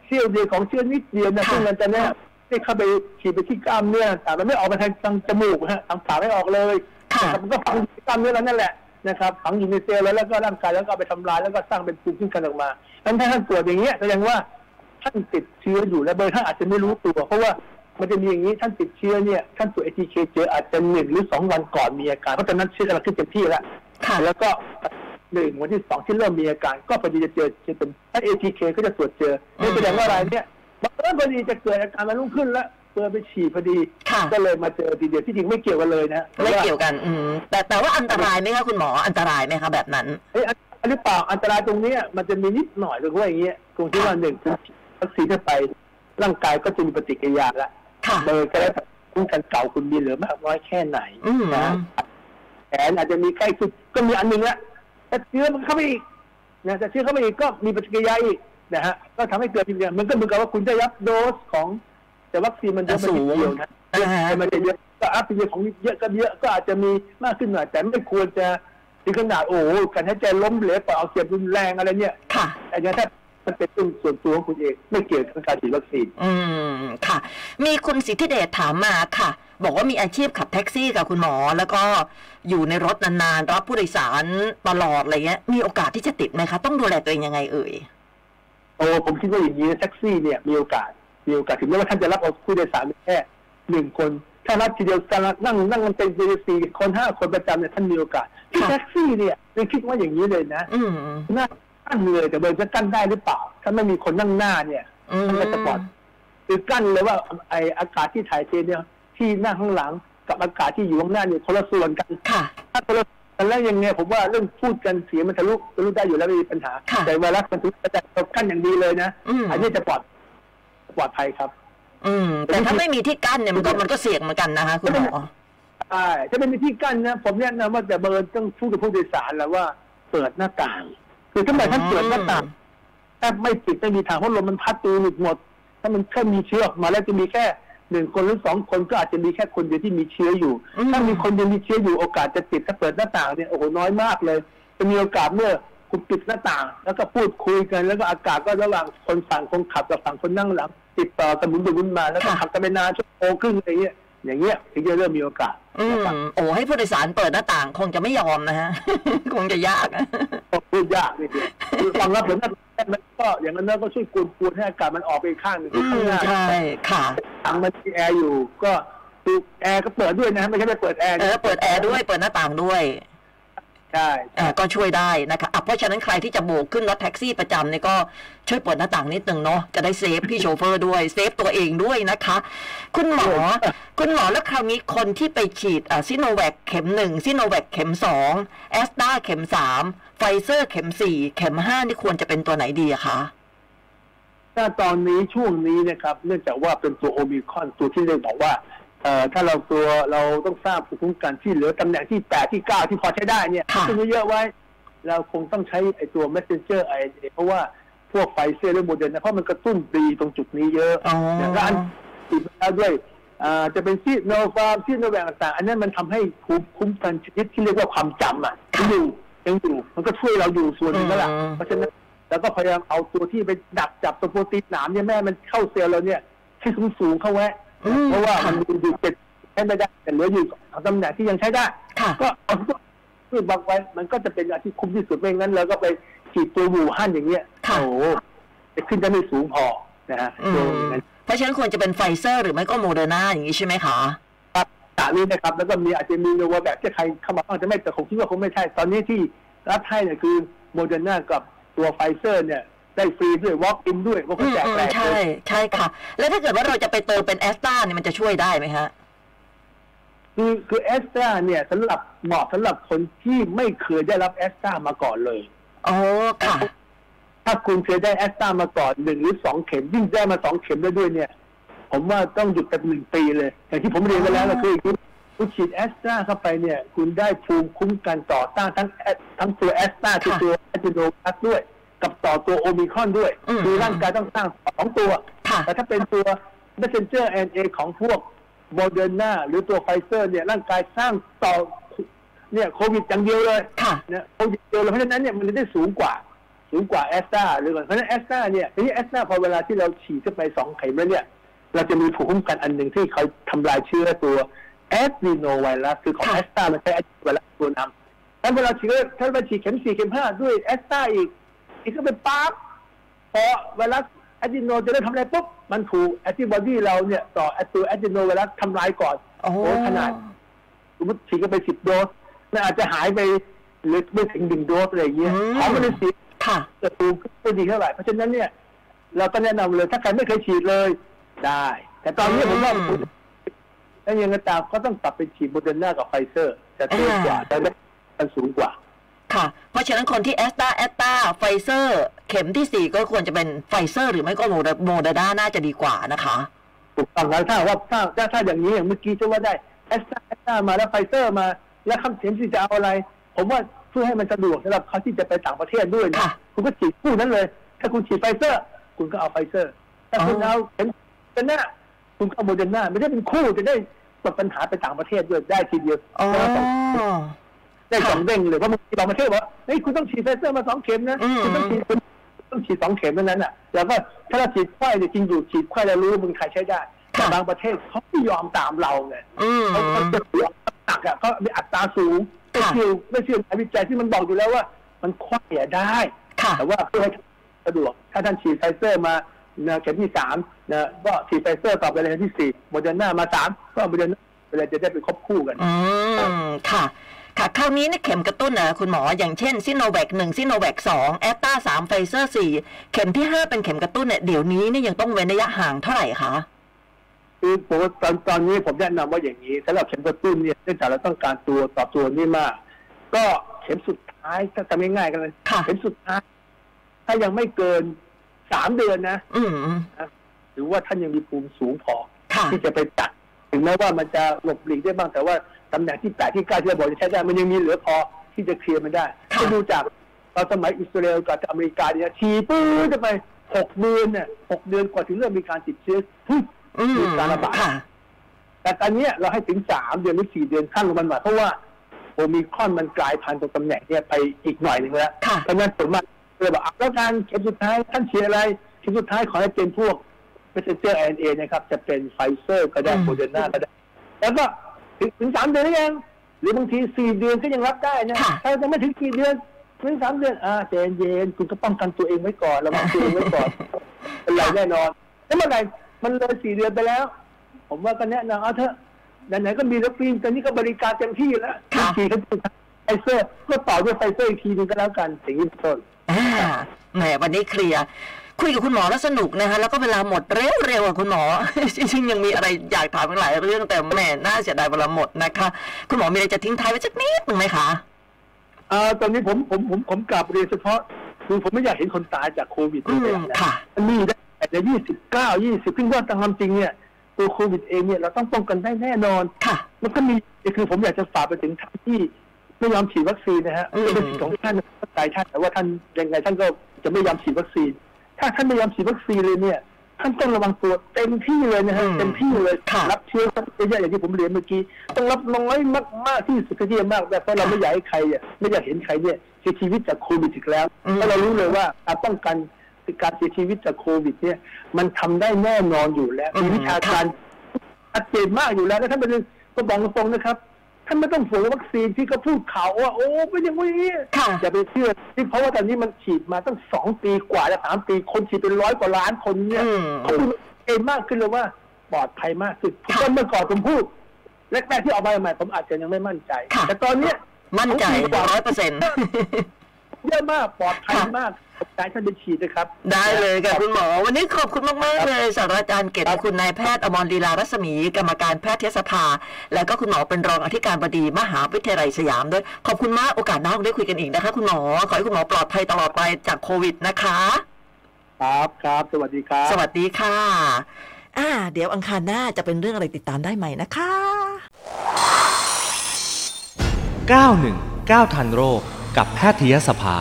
Speaker 3: เสี้ยวเดียวของเชื้อนิดเดียวนะ
Speaker 2: ค่ะ
Speaker 3: ซึ่งมันจะเนี่ยได้เข้าไปฉีดไปที่กล้ามเนื้อแต่มันไม่ออกมาทางทางจมูกฮะทางปากไม่ออกเลย
Speaker 2: ค่ะ
Speaker 3: นะครับมันก็ฝังอยู่ที่กล้ามเนื้อเรานั่นแหละนะครับฝังอยู่ในเซลล์แล้วแล้วก็ร่างกายแล้วก็เอาไปทำลายแล้วก็สร้างเป็นภูมิคุ้มกันออกมางั้นถ้าท่านตรวจอย่างเงี้ยแสดงว่าท่านติดเชื้ออยู่แล้วเบอร์ท่านอาจจะไม่รู้ตัว เพราะว่ามันจะมีอย่างนี้ท่านติดเชื้อเนี่ยท่านตรวจเอทีเคเจออาจจะหนึ่งหรือสองวันก่อนมีอาการเพราะฉะนั้นเชื้อกำลังขึ้นเต็มที่แล้ว
Speaker 2: ค่ะ
Speaker 3: แล้วก็หนึ่งวันที่สองที่เริ่มมีอาการ ก็พอดีจะเจอจะเป็นถ้า ATK ก็จะตรวจเจอ
Speaker 2: อืม
Speaker 3: นี่แสดงว่ารายเนี้ยบังเอิญพอดีจะเกิดอาการมันรุ่งขึ้นแล้วเพื่อไปฉีดพอดี
Speaker 2: ค่ะ
Speaker 3: ก็เลยมาเจอทีเดียวที่จริงไม่เกี่ยวกันเลยนะ
Speaker 2: ไม่เกี่ยวกัน อืมแต่แต่ว่าอันตรายไหมคะคุณหมออันตรายไหมคะแบบนั้น
Speaker 3: เอ้ยอันอันนี้เปล่าอันตรายตรงเนี้ยมันจะมีนิดหน่อยเลยว่าอย่างเงี้ยตรงที่ว่าหนึ่งคุณฉีดวัคซีนเข้าไป ร่างกายก็จะมีปฏิกิริยาละ
Speaker 2: ค่ะ
Speaker 3: เบอร์ก็ได้วแต่คุ้มกันเก่าคุณมีเหลือมากน้อยแค่ไหน
Speaker 2: อืม
Speaker 3: นะ แขนอาจจะมีใกล้สุดก็มีอันหนึ่งละแต่เชื้อมันเข้าไปอีกนะแต่เชื้อเข้าไปอีกก็มีปฏิกิริยาอีกนะฮะก็ทำให้เกิดปฏิกิริยามันก็เหมือนกับว่าคุณได้รับโดสของ แต่วัคซีนมันเยอะมันนิดเดียวนะ
Speaker 2: อ่าฮะ
Speaker 3: แต่มันจะเยอะก็อัพเป็นเยอะของนิดเยอะก็เยอะก็อาจจะมีมากขึ้นหน่อยแต่ไม่ควรจะถึงขนาดโอ้โหการหายใจล้มเหลวปอดอักเสียบรุนแรงอะไรเนี่ย
Speaker 2: ค่ะ
Speaker 3: อันนี้ถ้ามันเป็นเรื่องส่วนตัวของคุณเองไม่เกี่ยวกับการฉีดวัคซีน
Speaker 2: อืม ค่ะ มีคุณสิทธิเดชถามมาค่ะ บอกว่ามีอาชีพขับแท็กซี่กับคุณหมอ แล้วก็อยู่ในรถนานๆ รับผู้โดยสารตลอดอะไรเงี้ย มีโอกาสที่จะติดไหมคะ ต้องดูแลตัวเองยังไงเอ่ย
Speaker 3: โอ้ผมคิดว่าอย่างนี้แท็กซี่เนี่ยมีโอกาสมีโอกาสถึงแม้ว่าท่านจะรับเอาผู้โดยสารแค่หนึ่งคน ถ้ารับทีเดียวการนั่งนั่งกันเต็มทีเดียวสี่คนห้าคนประจำเนี่ยท่านมีโอกาสที่
Speaker 2: ค่ะ
Speaker 3: แท็กซี่เนี่ยยังคิดว่าอย่างนี้เลยนะ
Speaker 2: อืม
Speaker 3: หน้ากั้นเลยแต่เบอร์จะกั้นได้หรือเปล่า ถ้าไม่มีคนนั่งหน้าเนี่ย
Speaker 2: อืม
Speaker 3: ท่านก็จะปลอดคือกั้นเลยว่าไออากาศที่ถ่ายเทเนี่ยที่หน้าข้างหลังกับอากาศที่อยู่ข้างหน้าเนี่ยคนละส่วนกัน
Speaker 2: ค่ะ
Speaker 3: ถ้าคนละกันแล้วยังไงผมว่าเรื่องพูดกันเสียงมันทะลุทะลุได้อยู่แล้วไม่มีปัญหา
Speaker 2: ค่ะ
Speaker 3: แต่ไวรัสมันถูกกระจายกันอย่างดีเลยนะ
Speaker 2: อืม
Speaker 3: นนี้จะปลอดปลอดภัยครับ
Speaker 2: อืม แต่ถ้าไม่มีที่กั้นเนี่ยมันก็มันก็เสี่ยงเหมือนกันนะคะ คุณหมอ
Speaker 3: ใช่ถ้าเป็นที่กั้นนะผมแนะนำว่าแต่เบิร์นต้องพูดกับผู้โดยสารแล้วว่าเปิดหน้าต่าง คือถ้าเกิดท่านเปิดหน้าต่างถ้าไม่ปิดไม่มีทางเพราะลมมันพัดตูหลุดหมด ถ้ามันแค่มีเชื้อออกมาแล้วจะมีแค่หนึ่งคนหรือสองคนก็อาจจะมีแค่คนเดียวที่มีเชื้ออยู่
Speaker 2: อืม
Speaker 3: ถ้ามีคนเดียวมีเชื้ออยู่โอกาสจะติดถ้าเปิดหน้าต่างเนี่ยโอ้โหน้อยมากเลย จะมีโอกาสเมื่อคุณปิดหน้าต่าง แล้วก็พูดคุยกัน แล้วก็อากาศก็ระหว่างคนฝั่งคนขับกับฝั่งคนนั่งหลัง ติดต่อกันหมุนไปหมุนมาแล้วก็ขับกันไปนานชั่วโมงครึ่งอะไรเงี้ยอย่างเงี้ยถึงจะเริ่มมีโอกาส
Speaker 2: อืม โอ้ให้ผู้โดยสารเปิดหน้าต่างคงจะไม่ยอมนะฮะ คงจะยาก
Speaker 3: ก็พูดยากนิดเดียวคือฟังแล้วผลน่ามันก็อย่างนั้นก็ช่วยกวนๆให้อากาศมันออกไปอีกข้างหนึ่ง
Speaker 2: อื
Speaker 3: ข้า
Speaker 2: ม
Speaker 3: งหน้า
Speaker 2: ใช่ ค่ะ
Speaker 3: ถังมันมีแอร์อยู่ก็คือแอร์ก็เปิดด้วยนะไม่ใช่ไม่เปิดแอร์
Speaker 2: เออ เปิดแอร์ด้วย เปิดหน้าต่างด้วย
Speaker 3: ใช่
Speaker 2: อ่าก็ช่วยได้นะคะอ่ะเพราะฉะนั้นใครที่จะโบกขึ้นรถแท็กซี่ประจำเนี่ยก็ช่วยเปิดหน้าต่างนิดนึงเนาะจะได้เซ ฟพี่โชเฟอร์ด้วยเซฟตัวเองด้วยนะคะ คุณหมอ คุณหมอแล้วคราวนี้คนที่ไปฉีดซิโนแวคเข็มหนึ่งซิโนแวคเข็มสองแอสตราเข็มสามไฟเซอร์เข็มสี่เข็มห้านี่ควรจะเป็นตัวไหนดีอะคะ
Speaker 3: ถ้าตอนนี้ช่วงนี้นะครับ เนื่องจากว่าเป็นตัวโอมิครอนตัวที่เรียกบอกว่าเอ่อถ้าเราตัวเราต้องสร้างภูมิคุ้มกันที่เหลือตำแหน่งที่แปดที่เก้าที่พอใช้ได้เนี่ย
Speaker 2: ค่ะ
Speaker 3: ซึ่งเยอะๆไว้ เราคงต้องใช้ไอตัว messenger r n a เพราะว่าพวกไฟเซอร์และโมเดอร์นะเพราะมันกระตุ้นดีตรงจุดนี้เยอะ
Speaker 2: อ๋อ
Speaker 3: อย่างก็อันติดแล้วด้วยอ่าจะเป็นซีโนฟาร์มซีโนแวคต่างๆ อันนั้นมันทำให้ภูมิคุ้มกันชนิดที่เรียกว่าความจำอ่ะยังอยู่ยังอยู่มันก็ช่วยเราอยู่ส่วนหนึ่งแล้วล่ะ
Speaker 2: อืม
Speaker 3: เพราะฉะนั้นแล้วก็พยายามเอาตัวที่ไปดักจับตัวโปรตีนหนามเนี่ยแม่มันเข้าเซลล์เราเนี่ยให้สูงสูงๆเข้าไว้เพราะว่ามันอยู่เป็นใช้ไม่ได้แต่เหลืออยู่สองตำแหน่งที่ยังใช้ได้
Speaker 2: ค่ะ
Speaker 3: ก็เอาพวกที่บังไว้มันก็จะเป็นอาชีพคุ้มที่สุดไม่งั้นเราก็ไปฉีดตัวหมูหั่นอย่างเงี้ย
Speaker 2: ค่ะ
Speaker 3: โอ้โหจะขึ้นจะไม่สูงพอนะฮะ
Speaker 2: อื
Speaker 3: ตัว
Speaker 2: ม
Speaker 3: อย่างนั้น
Speaker 2: เพราะฉะนั้นควรจะเป็นไฟเซอร์หรือไม่ก็โมเดอร์นาอย่างนี้ใช่ไหมคะ
Speaker 3: ครับตามนี้นะครับ แล้วก็มีอาจจะมีโนวาแบคที่ใครเข้ามาบ้างจะไม่แต่ผมคิดว่าคงไม่ใช่ ตอนนี้ที่รับให้เนี่ยคือโมเดอร์นากับตัวไฟเซอร์เนี่ย ได้ฟรีด้วยวอล์กอินด้วยเพราะ
Speaker 2: อื
Speaker 3: เขา
Speaker 2: ม
Speaker 3: แจก
Speaker 2: อืม
Speaker 3: แจก
Speaker 2: ใช่
Speaker 3: เลย
Speaker 2: ใช่ค่ะ แล้วถ้าเกิดว่าเราจะไปเติมเป็นแอสตาเนี่ยมันจะช่วยได้ไหมฮะ
Speaker 3: คือคือแอสตราเนี่ยสำหรับเหมาะสำหรับคนที่ไม่เคยได้รับแอสตรามาก่อนเลย
Speaker 2: อ๋อค่ะ
Speaker 3: ถ้าคุณเคยได้แอสตรามาก่อนหนึ่งหรือสองเข็มยิ่งได้มาสองเข็มแล้วด้วยเนี่ย ผมว่าต้องหยุดกันหนึ่งปีเลยอย่างที่ผมเรียนไปแล้วนะคือคุณคุณฉีดแอสตราเข้าไปเนี่ย คุณได้ภูมิคุ้มกันต่อต้านทั้งแอสทั้งตัวแอสตราคือ
Speaker 2: ค่ะ
Speaker 3: ตัวแอสโนพัสด้วย กับต่อตัวโอมิครอนด้วย
Speaker 2: อืม
Speaker 3: คือร่างกายต้องสร้างสองตัว
Speaker 2: ค่ะ
Speaker 3: แต่ถ้าเป็นตัว messenger RNA ของพวกโมเดอร์นาหรือตัวไฟเซอร์ เนี่ยร่างกายสร้างต่อเนี่ยโควิดอย่างเดียวเลย
Speaker 2: ค่ะ
Speaker 3: เนี่ยโควิดเดียวเลยเพราะฉะนั้นเนี่ยมันเลยได้สูงกว่า สูงกว่าแอสตราหรือก่อนเพราะฉะนั้นแอสตราเนี่ยทีนี้แอสตราพอเวลาที่เราฉีดเข้าไปสองเข็มแล้วเนี่ย เราจะมีภูมิคุ้มกันอันหนึ่งที่เขาทำลายเชื้อตัวแอดรีโนไวรัสคือของ
Speaker 2: ค่ะ
Speaker 3: แอสตรามันใช้แอดรีโนไวรัสตัวนำแล้วเวลาฉีดถ้าเราฉีดเข็มสี่เข็มห้าด้วยแอสตราอีก อีกก็เป็นปั๊บพอไวรัสแอดรีโนจะได้ทำอะไรปุ๊บมันถูกแอนติบอดีเราเนี่ยต่อไอ้ตัวแอดรีโนไวรัสทำลายก่อน
Speaker 2: โอ้
Speaker 3: โอ้ขนาด สมมติฉีดกันไปสิบโดสมันอาจจะหายไปหรือไม่ถึงหนึ่งโดสอะไรอย่างเงี้ยของมันเลยสี
Speaker 2: ค่ะ
Speaker 3: เกิดภูมิไม่ดีเท่าไหร่ เพราะฉะนั้นเนี่ย เราก็แนะนำเลยถ้าใครไม่เคยฉีดเลย ได้ แต่ตอนนี้
Speaker 2: อืม
Speaker 3: ผมว่าถ้ายังไงก็ตามก็ต้องกลับไปฉีดโมเดอร์นากับไฟเซอร์ จะเตี้ยกว่า
Speaker 2: อ่า
Speaker 3: แต่ได้มันสูงกว่า
Speaker 2: ค่ะ เพราะฉะนั้นคนที่แอสตาแอสตาไฟเซอร์เข็มที่สี่ก็ควรจะเป็นไฟเซอร์ หรือไม่ก็โมเดอร์โมเดอร์นาน่าจะดีกว่านะคะ
Speaker 3: ถูกต้องแล้วถ้าว่าถ้าถ้าถ้าอย่างนี้อย่างเมื่อกี้จะว่าได้แอสตราแอสตรามาแล้วไฟเซอร์มา แล้วคำเสียงที่จะเอาอะไร ผมว่าเพื่อให้มันสะดวกสำหรับเขาที่จะไปต่างประเทศด้วยนะ
Speaker 2: ค่ะ
Speaker 3: คุณก็ฉีดคู่นั้นเลย ถ้าคุณฉีดไฟเซอร์ คุณก็เอาไฟเซอร์ ถ้าคุณ
Speaker 2: อ๋อ
Speaker 3: เอาเข็มเดอร์นาคุณก็เอาโมเดอร์นาไม่ได้เป็นคู่จะได้ตดปัญหาไปต่างประเทศด้วยได้ทีเดียว
Speaker 2: อ๋อ
Speaker 3: ได้สองได้สองเด้งเลยเพราะบางทีบางประเทศบอกว่าเฮ้ยคุณต้องฉีดไฟเซอร์มาสองเข็มนะ
Speaker 2: อืม
Speaker 3: คุณต้องฉีดต้องฉีดสองเข็มเท่านั้นอ่ะแล้วก็ถ้าเราฉีดไข้เนี่ยจริงอยู่ฉีดไข้แล้วรู้ว่าเมึงไทยใช้ได้ แต่
Speaker 2: ค่ะ
Speaker 3: บางประเทศเขาไม่ยอมตามเราไง
Speaker 2: อืม
Speaker 3: เขาเขาจะหัวหนักอ่ะเขามีอัตราสูงไม่
Speaker 2: ค่ะ
Speaker 3: เชื่อไม่เชื่อการวิจัยที่มันบอกอยู่แล้วว่า มันคว้าเนี่ยได้
Speaker 2: ค่ะ
Speaker 3: แต่ว่าเพื่อให้สะดวก ถ้าท่านฉีดไฟเซอร์มานะเข็มที่สามนะก็ฉีดไฟเซอร์ต่อไปเลยเข็มที่สี่โมเดอร์นามาสามก็เอาโมเดอร์นาไปเลยจะได้เป็นครบคู่กัน
Speaker 2: อืม ค่ะ ค่ะ คราวนี้เนี่ยเข็มกระตุ้นนะคุณหมอ อย่างเช่นซิโนแวคหนึ่งซิโนแวคสองแอสตาสามไฟเซอร์สี่เข็มที่ห้าเป็นเข็มกระตุ้นเนี่ยเดี๋ยวนี้เนี่ยยังต้องเว้นระยะห่างเท่าไหร่คะ
Speaker 3: คือผมว่าตอนตอนนี้ผมแนะนำว่าอย่างนี้สำหรับเข็มกระตุ้นเนี่ยเนื่องจากเราต้องการตัวต่อตัวนี่มาก ก็เข็มสุดท้ายถ้าจำง่ายๆกันเลย
Speaker 2: ค่ะ
Speaker 3: เข็มสุดท้ายถ้ายังไม่เกินสามเดือนนะ
Speaker 2: อืม
Speaker 3: หรือว่าท่านยังมีภูมิสูงพอ
Speaker 2: ค่ะ
Speaker 3: ที่จะไปจัด ถึงแม้ว่ามันจะหลบหลีกได้บ้างแต่ว่าตำแหน่งที่แปดที่เก้าที่เราบอกจะใช้ได้มันยังมีเหลือพอที่จะเคลียร์มันได้
Speaker 2: ค่ะ
Speaker 3: ก็ดูจากตอนสมัยอิสราเอลกับอเมริกาเนี่ยฉีดปื้อจะไปหกเดือนเนี่ยหกเดือนกว่าถึงเริ่มมีการติดเชื้อปึ๊บ
Speaker 2: อืม
Speaker 3: มีการระบาด
Speaker 2: ค่ะ
Speaker 3: แต่ตอนเนี้ยเราให้ถึงสามเดือนหรือสี่เดือนขั้นลงมันหน่อยเพราะว่าโอมิครอนมันกลายพันธุ์ตรงตำแหน่งเนี่ยไปอีกหน่อยหนึ่งแล้ว
Speaker 2: ค่ะ
Speaker 3: เพราะฉะนั้นผมมาเลยบอกอ่ะแล้วการเข็มสุดท้ายท่านเชียร์อะไรเข็มสุดท้ายขอให้เป็นพวกเ e สเจอร์แอนเอนะครับ จะเป็นไฟเซอร์ก็ได้
Speaker 2: อืม
Speaker 3: โมเดอร์นาก็ได้ แล้วก็ถึงถึงสามเดือนหรือยังหรือบางทีสี่เดือนก็ยังรับได้นะ
Speaker 2: ค่ะ
Speaker 3: ถ้ายังไม่ถึงสี่เดือนถึงสามเดือนอ่าใจเย็นๆคุณก็ป้องกันตัวเองไว้ก่อนระวังตัวเองไว้ก่อน เป็นไรแน่นอนแล้วเมื่อไหร่มันเลยสี่เดือนไปแล้ว ผมว่าก็แนะนำเอาเถอะไหนๆก็มีวัคซีนตอนนี้ก็บริการเต็มที่แล้ว
Speaker 2: ค่ะ
Speaker 3: ฉีดก็ฉีดไฟเซอร์ก็ต่อด้วยไฟเซอร์อีกทีหนึงก็แล้วกันอย่างนี้เป็นต้น
Speaker 2: อ่าแหมวันนี้เคลียร์คุยกับคุณหมอแล้วสนุกนะคะ แล้วก็เวลาหมดเร็วๆอ่ะคุณหมอ จริงๆยังมีอะไรอยากถามอีกหลายเรื่องแต่แหมน่าเสียดายเวลาหมดนะคะ คุณหมอมีอะไรจะทิ้งท้ายไว้สักนิดหนึ่งไหมคะ
Speaker 3: เอ่อตอนนี้ผมผมผมผมกลับเรียนเฉพาะคือผมไม่อยากเห็นคนตายจากโควิด
Speaker 2: อื
Speaker 3: เลย
Speaker 2: ม
Speaker 3: นะ
Speaker 2: ค่ะ
Speaker 3: มันมีได้ในยี่สิบเก้ายี่สิบซึ่งว่าตามความจริงเนี่ยตัวโควิดเองเนี่ยเราต้องป้องกันได้แน่นอน
Speaker 2: ค่ะ
Speaker 3: มันก็มีคือผมอยากจะฝากไปถึงท่านที่ไม่ยอมฉีดวัคซีนนะฮะ
Speaker 2: อืม
Speaker 3: เป็นสิทธิ์ของท่านเข้าใจท่านแต่ว่าท่านยังไงท่านก็จะไม่ยอมฉีดวัคซีน ถ้าท่านไม่ยอมฉีดวัคซีนเลยเนี่ย ท่านต้องระวังตัวเต็มที่เลยนะฮะ
Speaker 2: อืม
Speaker 3: เต็มที่เลย
Speaker 2: ค่ะ
Speaker 3: รับเชื้อเยอะๆอย่างที่ผมเรียนเมื่อกี้ต้องรับน้อยมากๆที่สุดเท่าที่จะมากได้เพราะเราไม่อยากให้ใครอ่ะไม่อยากเห็นใครเนี่ยเสียชีวิตจากโควิดอีกแล้ว
Speaker 2: อืม
Speaker 3: เพราะเรารู้เลยว่าการป้องกันการเสียชีวิตจากโควิด เนี่ย มันทำได้แน่นอนอยู่แล้วมีวิชาการ ชัดเจนมากอยู่แล้วนะท่านประธานก็บอกตรงๆนะครับท่านไม่ต้องห่วงวัคซีนที่เขาพูดข่าวว่าโอ้เป็นอย่างนี้
Speaker 2: ค่ะ
Speaker 3: อย่าไปเชื่อที่เพราะว่าตอนนี้มันฉีดมาตั้งสองปีกว่าและสามปีคนฉีดเป็นร้อยกว่าล้านคนเนี่ย
Speaker 2: อืม
Speaker 3: เขาพูดเองมากขึ้นเลยว่าปลอดภัยมากขึ้นผม
Speaker 2: ค่ะ
Speaker 3: ก็เมื่อก่อนผมพูดแรกๆที่ออกมาใหม่ๆผมอาจจะยังไม่มั่นใจ
Speaker 2: ค่ะ
Speaker 3: แต่ตอนเนี้ย
Speaker 2: มั่นใจ
Speaker 3: ผมดีกว่า
Speaker 2: ร้อยเปอร์เซ็นต์
Speaker 3: เยอะมากปลอดภัยมาก ายท่านไปฉีดนะครับ
Speaker 2: ได้เลยค่ะคุณหมอ วันนี้ขอบคุณมาก ๆ เลยศาสตราจารย์เกยรตคุณนายแพทย์อมรลีลารัศมี กรรมการแพทยสภา และก็คุณหมอเป็นรองอธิการบดีมหาวิทยาลัยสยามด้วย ขอบคุณมากโอกาสหน้าคงได้คุยกันอีกนะคะ คุณหมอ ขอให้คุณหมอปลอดภัยตลอดไปจากโควิดนะคะ
Speaker 3: ครับครับสวัสดีครับ
Speaker 2: สวัสดีค่ะ อ่า เดี๋ยวอังคารหน้าจะเป็นเรื่องอะไรติดตามได้ใหม่นะคะ
Speaker 1: 919 ทันโรคกับแพทยสภา